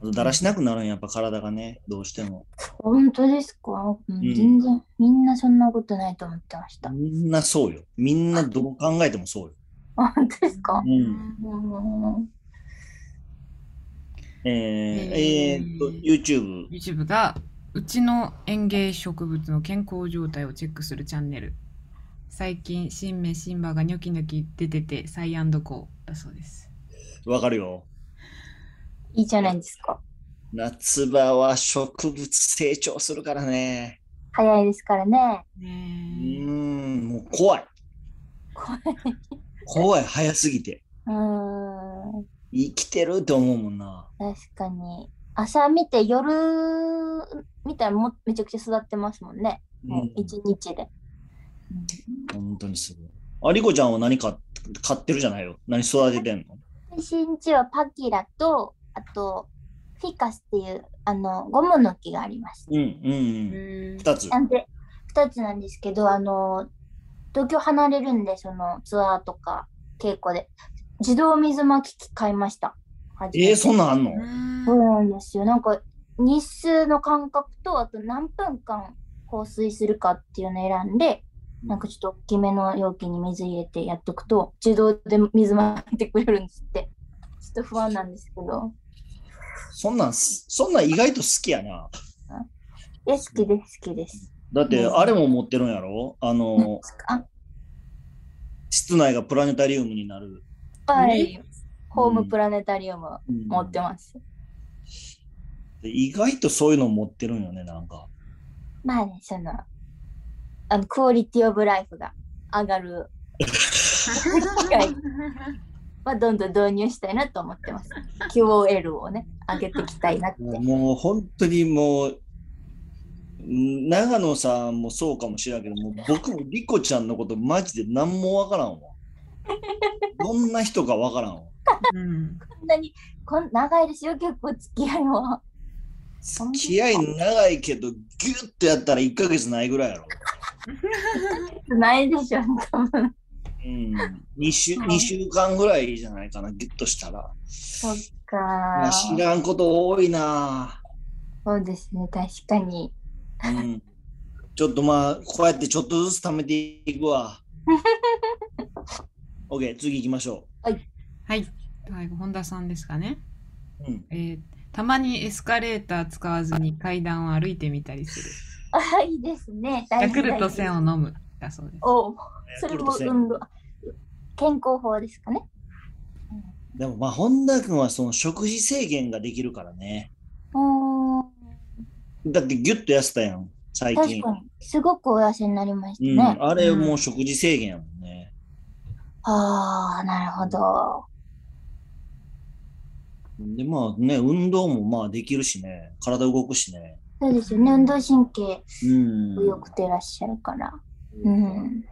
あとだらしなくなるんやっぱ体がね、どうしても。本当ですか、うんん全然みんなそんなことないと思ってました。みんなそうよ。みんなどう考えてもそうよ。あ本当ですかう、ん。うん、えー、えーっと、YouTube。 YouTube が、うちの園芸植物の健康状態をチェックするチャンネル。最近、新芽、新葉がニョキニョキ出てて、サイアンドコーだそうです。わかるよ。いいじゃないですか。夏場は植物成長するからね。早いですからね。うねえーん、もう怖い。怖い。怖い、早すぎて。うーん、生きてるって思うもんな。確かに。朝見て夜見たらもうめちゃくちゃ育ってますもんね。もううん一日で。本当にすごい。ありこちゃんは何か買ってるじゃないよ。何育ててんの私んちはパキラと、あと、フィカスっていう、あの、ゴムの木があります。うんうんうん。へー二つ。なんで、二つなんですけど、あの、東京離れるんで、そのツアーとか稽古で。自動水巻き機買いました。初めてえー、そんなんあんのそううなんですよ。なんか日数の間隔とあと何分間放水するかっていうのを選んで、なんかちょっと大きめの容器に水入れてやっとくと自動で水まいてくれるんですって。ちょっと不安なんですけど。そんなんす、そんなん意外と好きやな。いや好きです好きです。だって、あれも持ってるんやろあの、あ室内がプラネタリウムになる。はい。ホーうムんプラネタリウム持ってまます。す。意外とそういうの持ってるんよね、なんか。まあねそのあのクオリティオブライフが上 がる。ん。まあ、どんどん導入したいなと思ってます。QOL をね、上げていきたいなって。もう本当にもう、ん長野さんもそうかもしれんけど、もう僕もリコちゃんのことマジで何もわからんわ。どんな人かわからんわ。うんこんなにこん長いですよ、結構付き合いは。付き合い長いけど、ギュッとやったら1ヶ月ないぐらいやろ。ないでしょ、多分。うん、2, 週うん二週間ぐらいじゃないかな、ギュッとしたら。そっまあか。知らんこと多いな、そうですね、確かに。うん。ちょっとまあ、こうやってちょっとずつ貯めていく わ。OK、次行きましょはい。最後、本田さんですかね。う。うん、えーたまにエスカレーター使わずに階段を歩いてみたりする。あ、いいですね。ヤ大事クルト1000を大事飲む。だそうです。おそれもヤクルト1000運動。健康法ですかね。でもまあ、本田君はその食事制限ができるからね。うーん、だってギュッと痩せたやん、最確近。かに。すごくお痩せになりましたうね。ん、あれもう食事制限やもんね。ああ、なるほど。で、まあね、運動もまあできるしね、体動くしね。そうですよね、運動神経うん。良くてらっしゃるから。うん。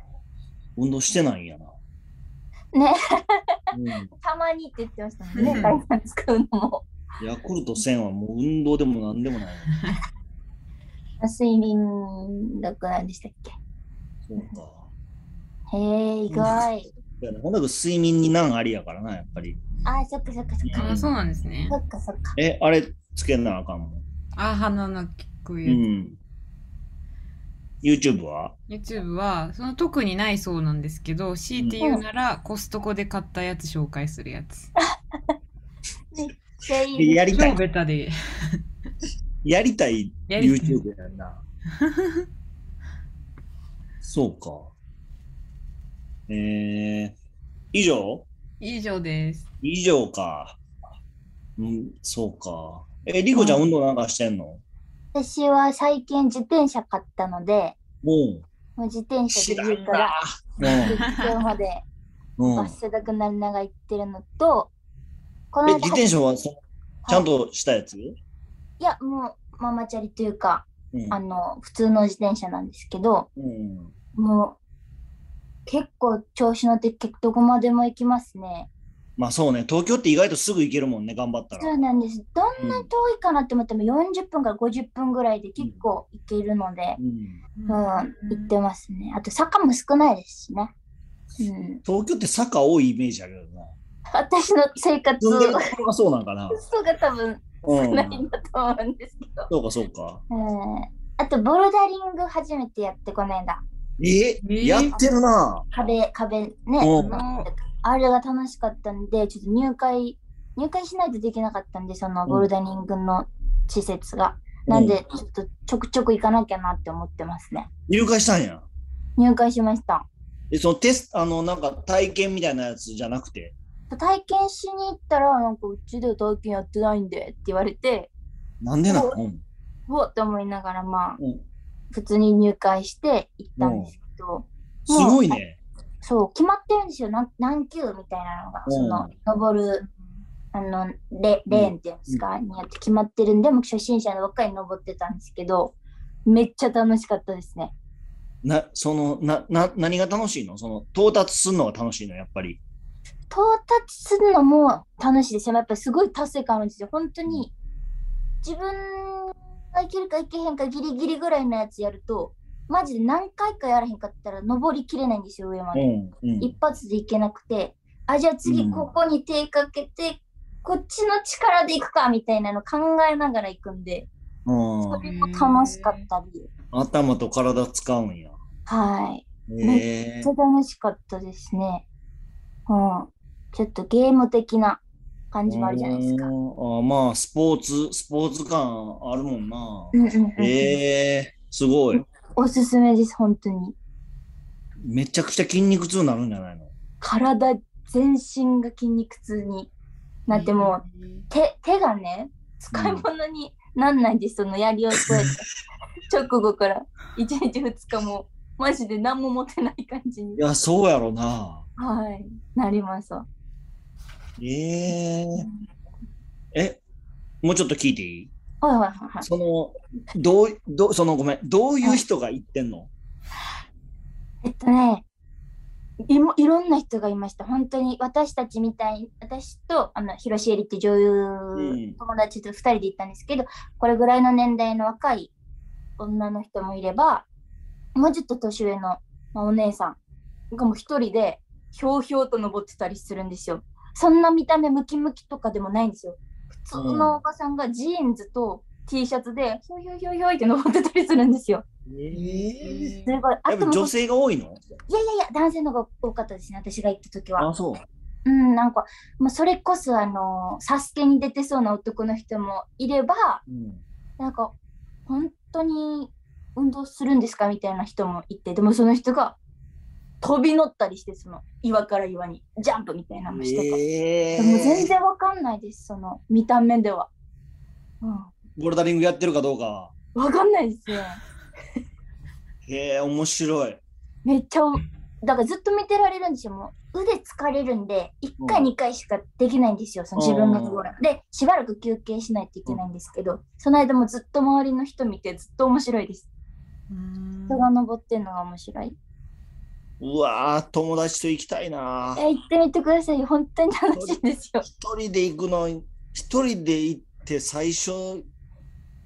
運動してないんやな。ね、うんたまにって言ってましたもんうね、ん階段使うのも。ヤクルト1000はもう運動でも何でもない。睡眠力なんでしたっけそうか。へえ、意外。だからほんと睡眠に難ありやからな、やっぱり。あー、そっかそっかそっあか。あ、そうなんですねそ。っかそっか。え、あれつけなあかんもん。あー鼻の聞こうえる。ん。YouTube は YouTube は、その特にないそうなんですけど、強いて言うなら、コストコで買ったやつ紹介するやつ。でいいやりた超い。ベタで。やりたいやりたい YouTube やん な。そうか。えー、以上以上です。以上か。うん、そうか。え、リコちゃん運動なんかしてんの私は最近自転車買ったので、ももう自転う、知車らで家んからな。うん今日までうん。汗だくなりながら行ってるのと、こえ、の自間、転い車はそちゃんとしたやつ、や、もうママチャリというか、うんあの、普通の自転車なんですけど、うん。もう、結構調子乗って、結構どこまでも行きますね。まあそうね、東京って意外とすぐ行けるもんね、頑張ったそら。うなんです。どんな遠いかなって思っても、40分から50分ぐらいで結構行けるので、うん、うん、行ってますね。あと、坂も少ないですしね。うん、東京って坂多いイメージあるよな。私の生活住んでるところがそうなんかな。そうが多分うないんん。だと思うんですけど。そうか、そうか。うん、あと、ボルダリング初めてやってこないんだ。えーやってるな。壁、壁ね。うんおあれが楽しかったんで、ちょっと入会、入会しないとできなかったんで、そのボルダリングの施設が。なんで、ちょっとちょくちょく行かなきゃなって思ってますね。入会したんや。入会しました。え、そのテスト、あの、なんか体験みたいなやつじゃなくて。体験しに行ったら、なんかうちでは体験やってないんでって言われて、なんでなの、うん、うおっと思いながら、まあ、うん普通に入会して行ったんですけど、すごいね。そう、決まってるんですよ。なん何級みたいなのが、うんその、登るあのレレーンっていうんですか、にやって決まってるんで、もう初心者のばっかり登ってたんですけど、めっちゃ楽しかったですね。な、その、な、な、何が楽しいのその、到達するのが楽しいの、やっぱり。到達するのも楽しいですよ。やっぱりすごい達成感あるんですよ。本当に自分がいけるかいけへんかギリギリぐらいのやつやると、マジで何回かやらへんかったら登りきれないんですよ、上まうで。ん、うん。一発でいけなくて、あ、じゃあう次んここに手かけて、こっちの力でいくかみたいなの考えながら行くんで、うん、楽しかったり、頭と体使うんや。はい。ええめっちゃ楽しかったですね。うん。ちょっとゲーム的な感じもあるじゃないですか。うんあまあ、スポーツ、スポーツ感あるもんなう。んうんうんええすごい。おすすめです、本当に。めちゃくちゃ筋肉痛になるんじゃないの体全身が筋肉痛になってもう、手手がね、使い物になんないんです、その槍を添えて。直後から1日2日も、マジで何も持てない感じにい、や、そうやろな。はい、なりますわ。えええ、もうちょっと聞いていいはいはいはいはい。その、どう、どう、そのごめん、どういう人が行ってんのえっとねいもいろんな人がいました本当に私たちみたい私とあの広重里って女優、うん友達と2人で行ったんですけどこれぐらいの年代の若い女の人もいればもうちょっと年上の、まあお姉さんがもう一人でひょうひょうと登ってたりするんですよそんな見た目ムキムキとかでもないんですよ普通のおばさんがジーンズと T シャツでひょいひょいひょいひょいって登ってたりするんですよええすごいやっぱも女性が多いのいやいやいや、男性の方が多かったですね、私が行った時は。あ、そう。うん、なんか、もうそれこそ、あの、サスケに出てそうな男の人もいれば、うん。なんか、本当に運動するんですかみたいな人もいて、でもその人が飛び乗ったりして、その岩から岩に、ジャンプみたいなのしてて。ええでも全然わかんないです、その見た目では。うボルダリングやってるかどうかは。ん、わかんないですね。へえ、面白い。めっちゃおだからずっと見てられるんですよもう腕疲れるんで1回うん2回しかできないんですよその自分がうん登るでしばらく休憩しないといけないんですけどその間もずっと周りの人見てずっと面白いですうん人が登ってるのが面白い、うわー、友達と行きたいな。え行ってみてください本当に楽しいですよ一人で行くの、一人で行って最初、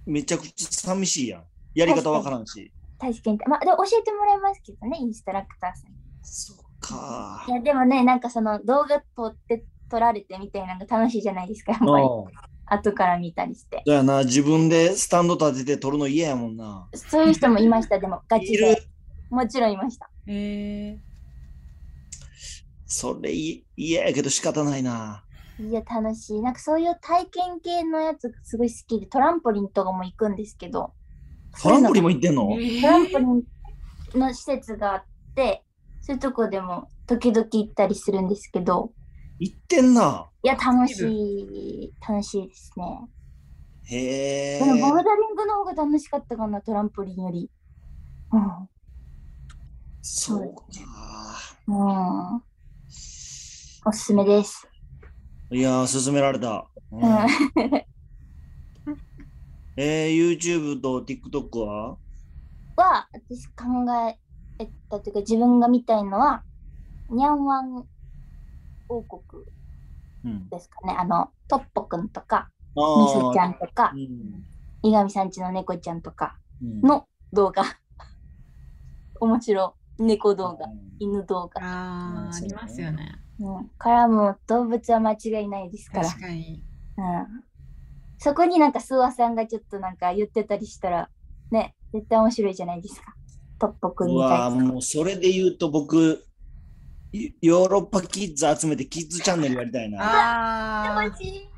めちゃくちゃ寂しいやん。やり方わからんし。確かにまあでも教えてもらいますけどねインストラクターさんにそっかいやでもねなんかその動画撮って撮られてみたいなのが楽しいじゃないですかやっぱりうん後から見たりしてだよな、自分でスタンド立てて撮るの嫌やもんな。そういう人もいましたでもガチいるでもちろんいましたえそれい嫌やけど仕方ないな。いや、楽しい。なんかそういう体験系のやつがすごい好きで、トランポリンとかも行くんですけど、トランポリンも行ってんー、のトランえポリンの施設があって、そういうとこでも時々行ったりするんですけど、行ってんな。いや、楽しい、楽しいですね。へえで。もボルダリングの方が楽しかったかな、トランポリンより。うん。そうか。うん。おすすめです。いやー、勧められた。うんうん。えー、YouTube と TikTok はは私考えたというか自分が見たいのはニャンワン王国うん。ですかねあのトッポくんとかあみそちゃーんとかうん伊上さんちの猫ちゃんとかうんの動画面白い猫動画うん犬動ー、画、あーありますよね。うん、からもう動物は間違いないですから、確かに。うん、そこになんか諏訪さんがちょっとなんか言ってたりしたらね絶対面白いじゃないですかトッポくんうみたわいーにもうそれで言うと僕、ヨヨーロッパキッズ集めてキッズチャンネルやりたいな。ああ楽、しい。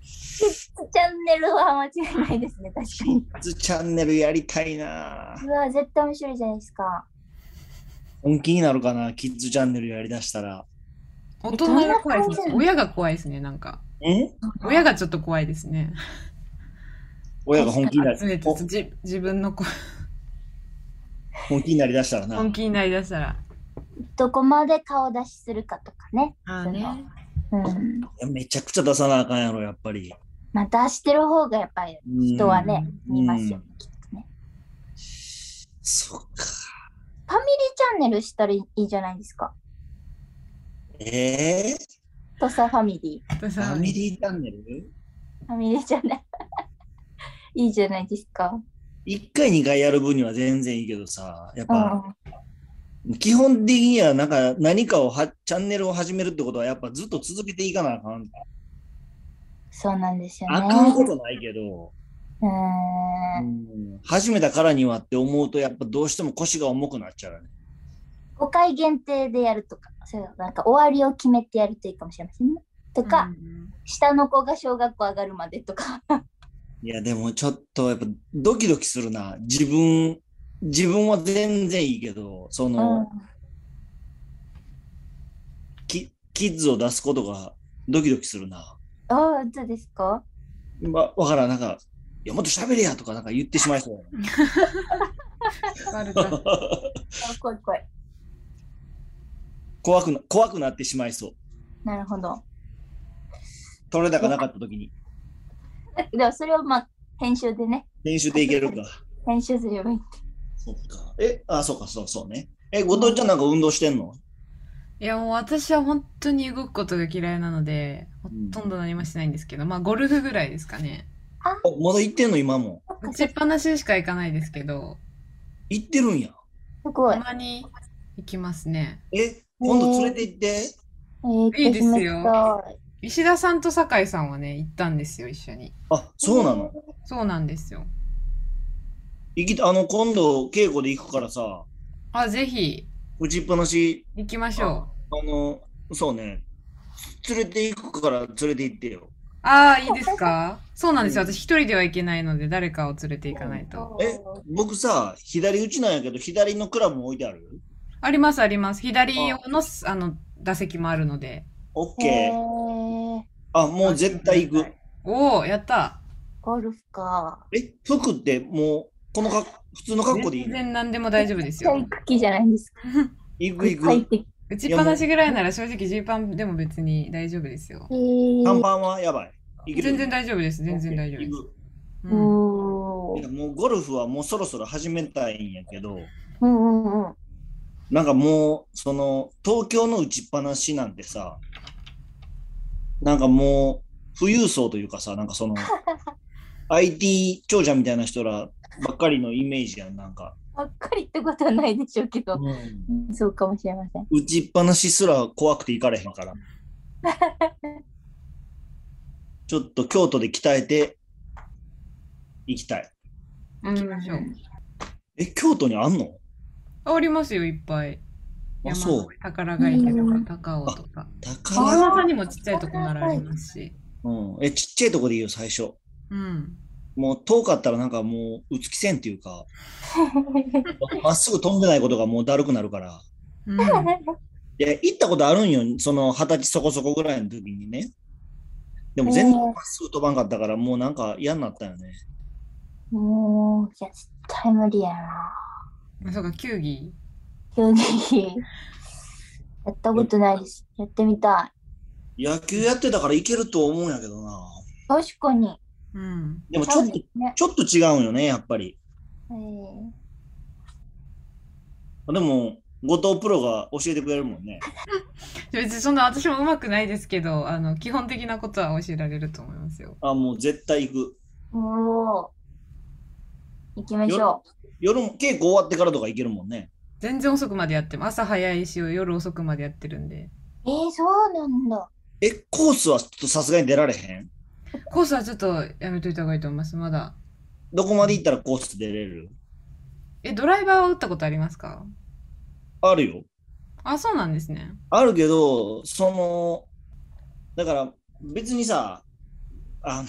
キッズチャンネルは間違いないですね、確 かに。キッズチャンネルやりたいな。うわ、絶対面白いじゃないですか。本気になるかな、キッズチャンネルやりだしたら。大人が怖いですね。親が怖いですね、なんか。ん親がちょっと怖いですね。親が本気にな集めりてお自自分の子本気になりだしたらな。本気になりだしたら。どこまで顔出しするかとかね。ああそのね。うん、いやめちゃくちゃ出さなあかんやろ、やっぱり。まあ出してる方がやっぱりうん人はね、うん見ますよね、きっとね。そっか。ファミリーチャンネルしたらいいじゃないですか。えー、土佐ファミリとフさァミリーチャンネルー。ファミリーチャンネル。いいじゃないですか。一回二回やる分には全然いいけどさ、やっうんうぱん。基本的にはなんか何かをはチャンネルを始めるってことはやっぱずっと続けていかなあかん。そうなんですよね。あかんことないけど、うー。うんん始めたからにはって思うとやっぱどうしても腰が重くなっちゃうよね。 5回限定でやるとか、そういうのなんか終わりを決めてやるといいかもしれませんね。とか、うん下の子が小学校上がるまでとか。いやでもちょっとやっぱドキドキするな。自分、自分は全然いいけど、その、キキッズを出すことがドキドキするな。ああ、どうですかま、わからん、なんか、いや、もっと喋れやとかなんか言ってしまいそうやな。バレたあ怖い怖い。 怖くな、怖くなってしまいそう。なるほど。取れ高なかった時に。でもそれをまあ、編集でね、練習でいけるか。編集すればいい。そっか。え、あ、そうか、そうそうね。え、後藤ちゃんなんか運動してんのいやもう私は本当に動くことが嫌いなのでほんとんど何もしないんですけど、まあゴルフぐらいですか ねあまだ行ってんの今も。打ちっぱなししか行かないですけど行ってるんや。すごいた。まに行きますねえ、今度連れて行って。えーいい行ってきですよ。ました石田さんと酒井さんはね行ったんですよ一緒にあ、そうなの。そうなんですよ行きた、あの、今度、稽古で行くからさ、あぜひ打ちっぱなし、行きましょあの、そうね。連れて行くから連れて行ってよ。うああいいですかそうなんですようん私一人では行けないので誰かを連れて行かないとえ、僕さ、左打ちなんやけど、左のクラブも置いてあるありますあります左用のあの打席もあるのでオッえケー。ー、あ、もう絶対行く。おおやったゴルフか。え、服ってもう、このか普通の格好でいい全の然何でも大丈夫ですじゃあよ行く気じゃないですか。行く行快く。適。打ちっぱなしぐらいなら正直ジーパンでも別に大丈夫ですよえ。ー短パンはやばい。いける全然大丈夫です。全然大丈夫です。行くうん、おいーやもうゴルフはもうそろそろ始めたいんやけど、うんうんうん。なんかもう、その、東京の打ちっぱなしなんてさ、なんかもう、富裕層というかさ、なんかその、IT 長者みたいな人らばっかりのイメージやん、なんか。ばっかりってことはないでしょうけど、そうかもしれません。打ちっぱなしすら怖くて行かれへんから。ちょっと京都で鍛えて行きたい。行きましょう。え、京都にあんのあ、おりますよ、いっぱい。あ、山そうの。宝ヶ池とうかん高尾とか。宝山塚さんにもちっちゃいとこならありますし。うん。え、ちっちゃいとこでいいよ、最初。うん。もう遠かったらなんかもう、うつきせんっていうか、 まっすぐ飛んでないことがもうだるくなるから。うん、いや、行ったことあるんよ、その二十歳そこそこぐらいの時にね。でも全然まっすぐ飛ばんかったから、もうなんか嫌になったよね。もう、いや、絶対無理やな。あそうか、球技。競技。やったことないです。やってみたい。野球やってたからいけると思うんやけどな。確かに。うん。でもちょっそうとで、すね。ちょっと違うんよね、やっぱり。えーでも、後藤プロが教えてくれるもんね。別にそんな私も上手くないですけど、あの、基本的なことは教えられると思いますよ。あ、もう絶対行く。もう、行きましょ夜も、稽古終わってからとか行けるもんね。全然遅くまでやっても朝早いし夜遅くまでやってるんでう。えー、そうなんだ。え、コースはちょっとさすがに出られへんコースはちょっとやめといた方がいいと思いますまだどこまで行ったらコース出れるえドライバーを打ったことありますかあるよ。あそうなんですねあるけど、その、だから別にさ、あの、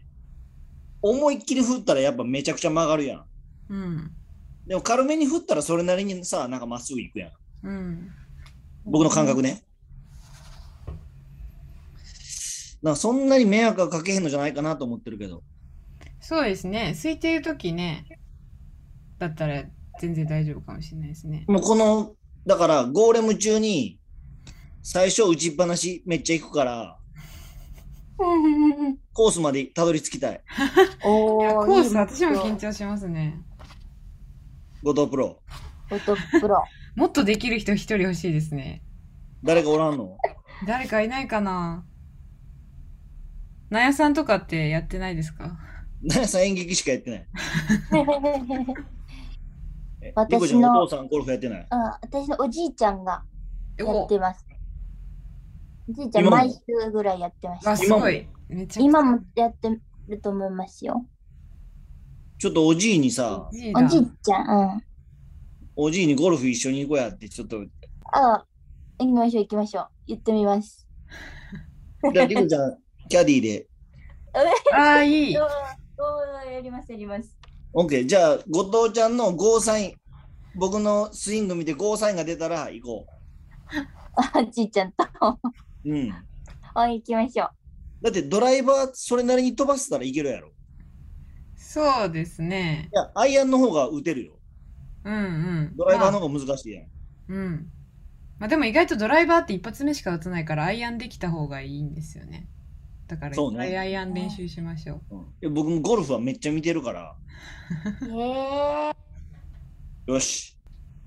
思いっきり振ったらやっぱめちゃくちゃ曲がるやん。うんでも軽めに振ったらそれなりにさ、なんかまっすぐ行くやん。うん僕の感覚ね。なんかそんなに迷惑はかけへんのじゃないかなと思ってるけど。そうですね空いてる時ねだったら全然大丈夫かもしれないですねもうこの、だからゴーレム中に最初打ちっぱなしめっちゃ行くから、うんうんうんうんコースまでたどり着きた い。おいや、ーコーいいス、ね私も緊張しますね。後藤プロ。フォトプロ。 もっとできる人一人欲しいですね。誰かおらんの誰かいないかななやさんとかってやってないですかなやさん演劇しかやってない。え私のリコちゃんお父さんゴルフやってない。うん、私のおじいちゃんがえやっおてます。おじいちゃん今も毎週ぐらいやってました。わ、すごい。めちゃくちゃ。今もやってると思いますよ。ちょっとおじいにさお、じいだおじいちゃん、うん。おじいにゴルフ一緒に行こうやって、ちょっと。あ、行きましょう行きましょう。言ってみます。じゃあリコちゃん、キャディーで。ああ、いい。おおやりますやり ます。 OK。じゃあ、後藤ちゃんのゴーサイン。僕のスイング見てゴーサインが出たら行こあ、じいちゃんと。う。うん。おい行きましょう。だってドライバーそれなりに飛ばせたらいけるやろ。いそうですね。や、アイアンの方が打てるよ。うんうん。ドライバーのまあ方が難しいやん。うん。まあでも意外とドライバーって一発目しか打たないから、アイアンできた方がいいんですよね。だから、そうねいっぱいアイアン練習しましょう。うんいや僕もゴルフはめっちゃ見てるから。ええよし。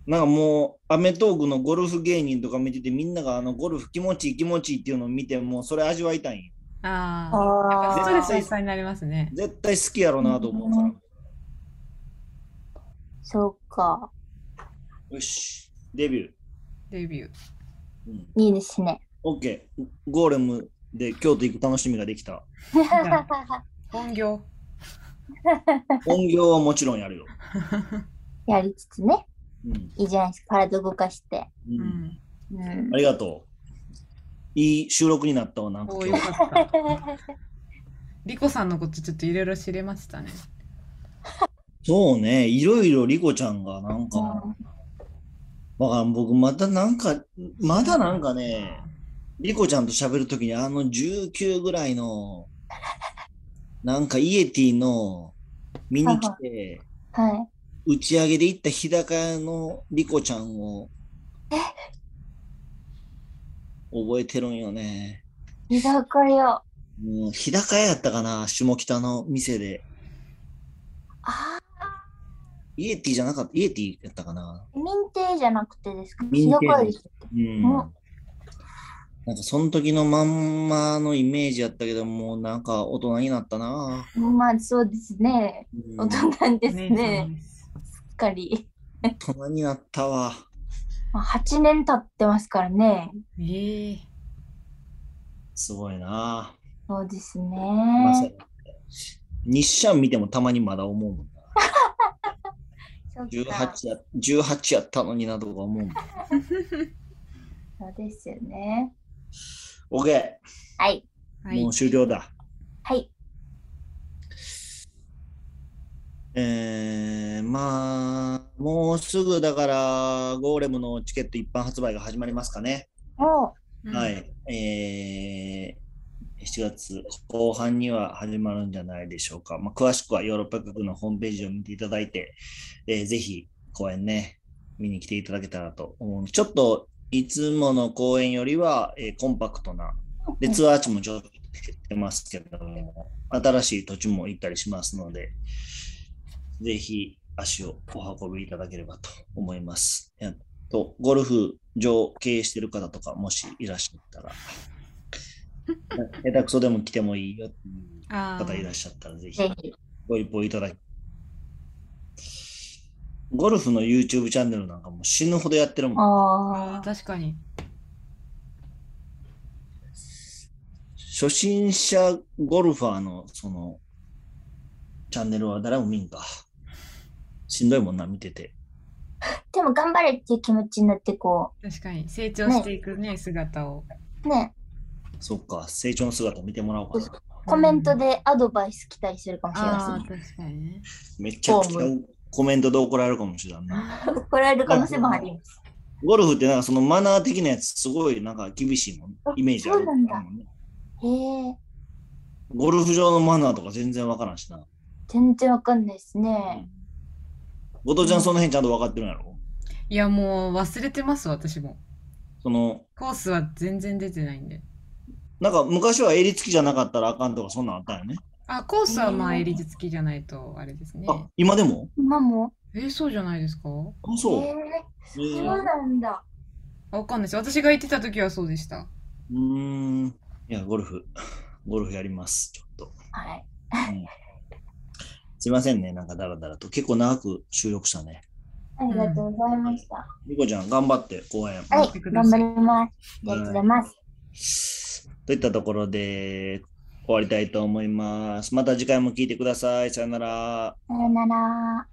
なんかもう、アメトークのゴルフ芸人とか見てて、みんながあのゴルフ気持ちいい気持ちいいっていうのを見て、もうそれ味わいたいんよああ。あストーレスいっぱいになりますね。絶対好きやろなと思うから。そうか。よし。デビュー。デビュー。うん、いいですね。オッケー。ゴーレムで京都行く楽しみができた。本業。音業はもちろんやるよ。やりつつね。うんいいじゃないですか。体動かして。うんうん。うんあ。りがとう。いい収録になったわ、なんかお今お、日よかった。リコさんのことちょっといろいろ知れましたね。そうね、いろいろリコちゃんがなんか、わからん、僕またなんか、まだなんかね、リコちゃんと喋るときにあの19ぐらいの、なんかイエティの見に来て、はい。打ち上げで行った日高屋のリコちゃんを、覚えてるんよね。居酒屋。もう日高屋やったかな、下北の店で。あイエティじゃなかった、イエティやったかな。ー、認定じゃなくてですか。認定居酒屋です。うん。なんかその時のまんまのイメージやったけど、もうなんか大人になったな。まあ、そうですね。うん大人ですお姉さね。んです。すっかり。大人になったわ。まあ、8年経ってますからね。ええすごいな。そうですね。まさに日シャン見てもたまにまだ思うもんな。そうか18や ,18 やったのになとか思うもん。そうですよね。 OK、はい。はいもう。終了だ。はい。えー、まあ、もうすぐだから、ゴーレムのチケット一般発売が始まりますかね。もうんは。い、えー、7月後半には始まるんじゃないでしょうか。まあ、詳しくはヨーロッパ局のホームページを見ていただいて、えーぜひ公演ね、見に来ていただけたらと思う。ちょっといつもの公演よりは、えーコンパクトな、でツアー地もちょっとしてますけども、新しい土地も行ったりしますので、ぜひ足をお運びいただければと思います。えっと、ゴルフ場経営してる方とか、もしいらっしゃったら、下手くそでも来てもいいよっていうあ方いらっーしゃったら、ぜう、ひぜひ。ご一報いただき。ゴルフの YouTube チャンネルなんかもう死ぬほどやってるもん。ああー、確かに。初心者ゴルファーのそのチャンネルは誰も見んか。しんどいもんな、見てて。あ。でも頑張れっていう気持ちになって、こ確かに。成長していくね、姿を。う、ね、そっか、成長の姿見てもらおうかな。コメントでアドバイス来たりするかもしれああ、ま確かにね。めちゃくちゃコメントで怒られるかもしれんな。せん。怒られる可能性もあります。ゴルフってなんかそのマナー的なやつすごいなんか厳しいもん。イメージあるもん、ね。あそうへえ、ゴルフ場のマナーとか全然わからんしな。全然わかんないですね。後藤ちゃんその辺ちゃんと分かってるんやろいや、もう忘れてます、私も。その、コースは全然出てないんで。なんか昔は襟付きじゃなかったらあかんとか、そんなんあったよね。あ、コースはまあ襟付きじゃないとあれですね。あ、今でも今も。えーそうじゃないですかあ、そう。ええーー、そうなんだ。わかんないです。私が行ってた時はそうでした。うーん。いや、ゴルフ、 ゴルフやります、ちょっと。はい。うんすいませんね、なんかだらだらと。結構長く収録したね。ありがとうございました。みこちゃん、頑張って、公演。は頑張いって、くだ頑張さいります。ありがとうございます。といったところで終わりたいと思います。また次回も聞いてください。さよなら。さよなら。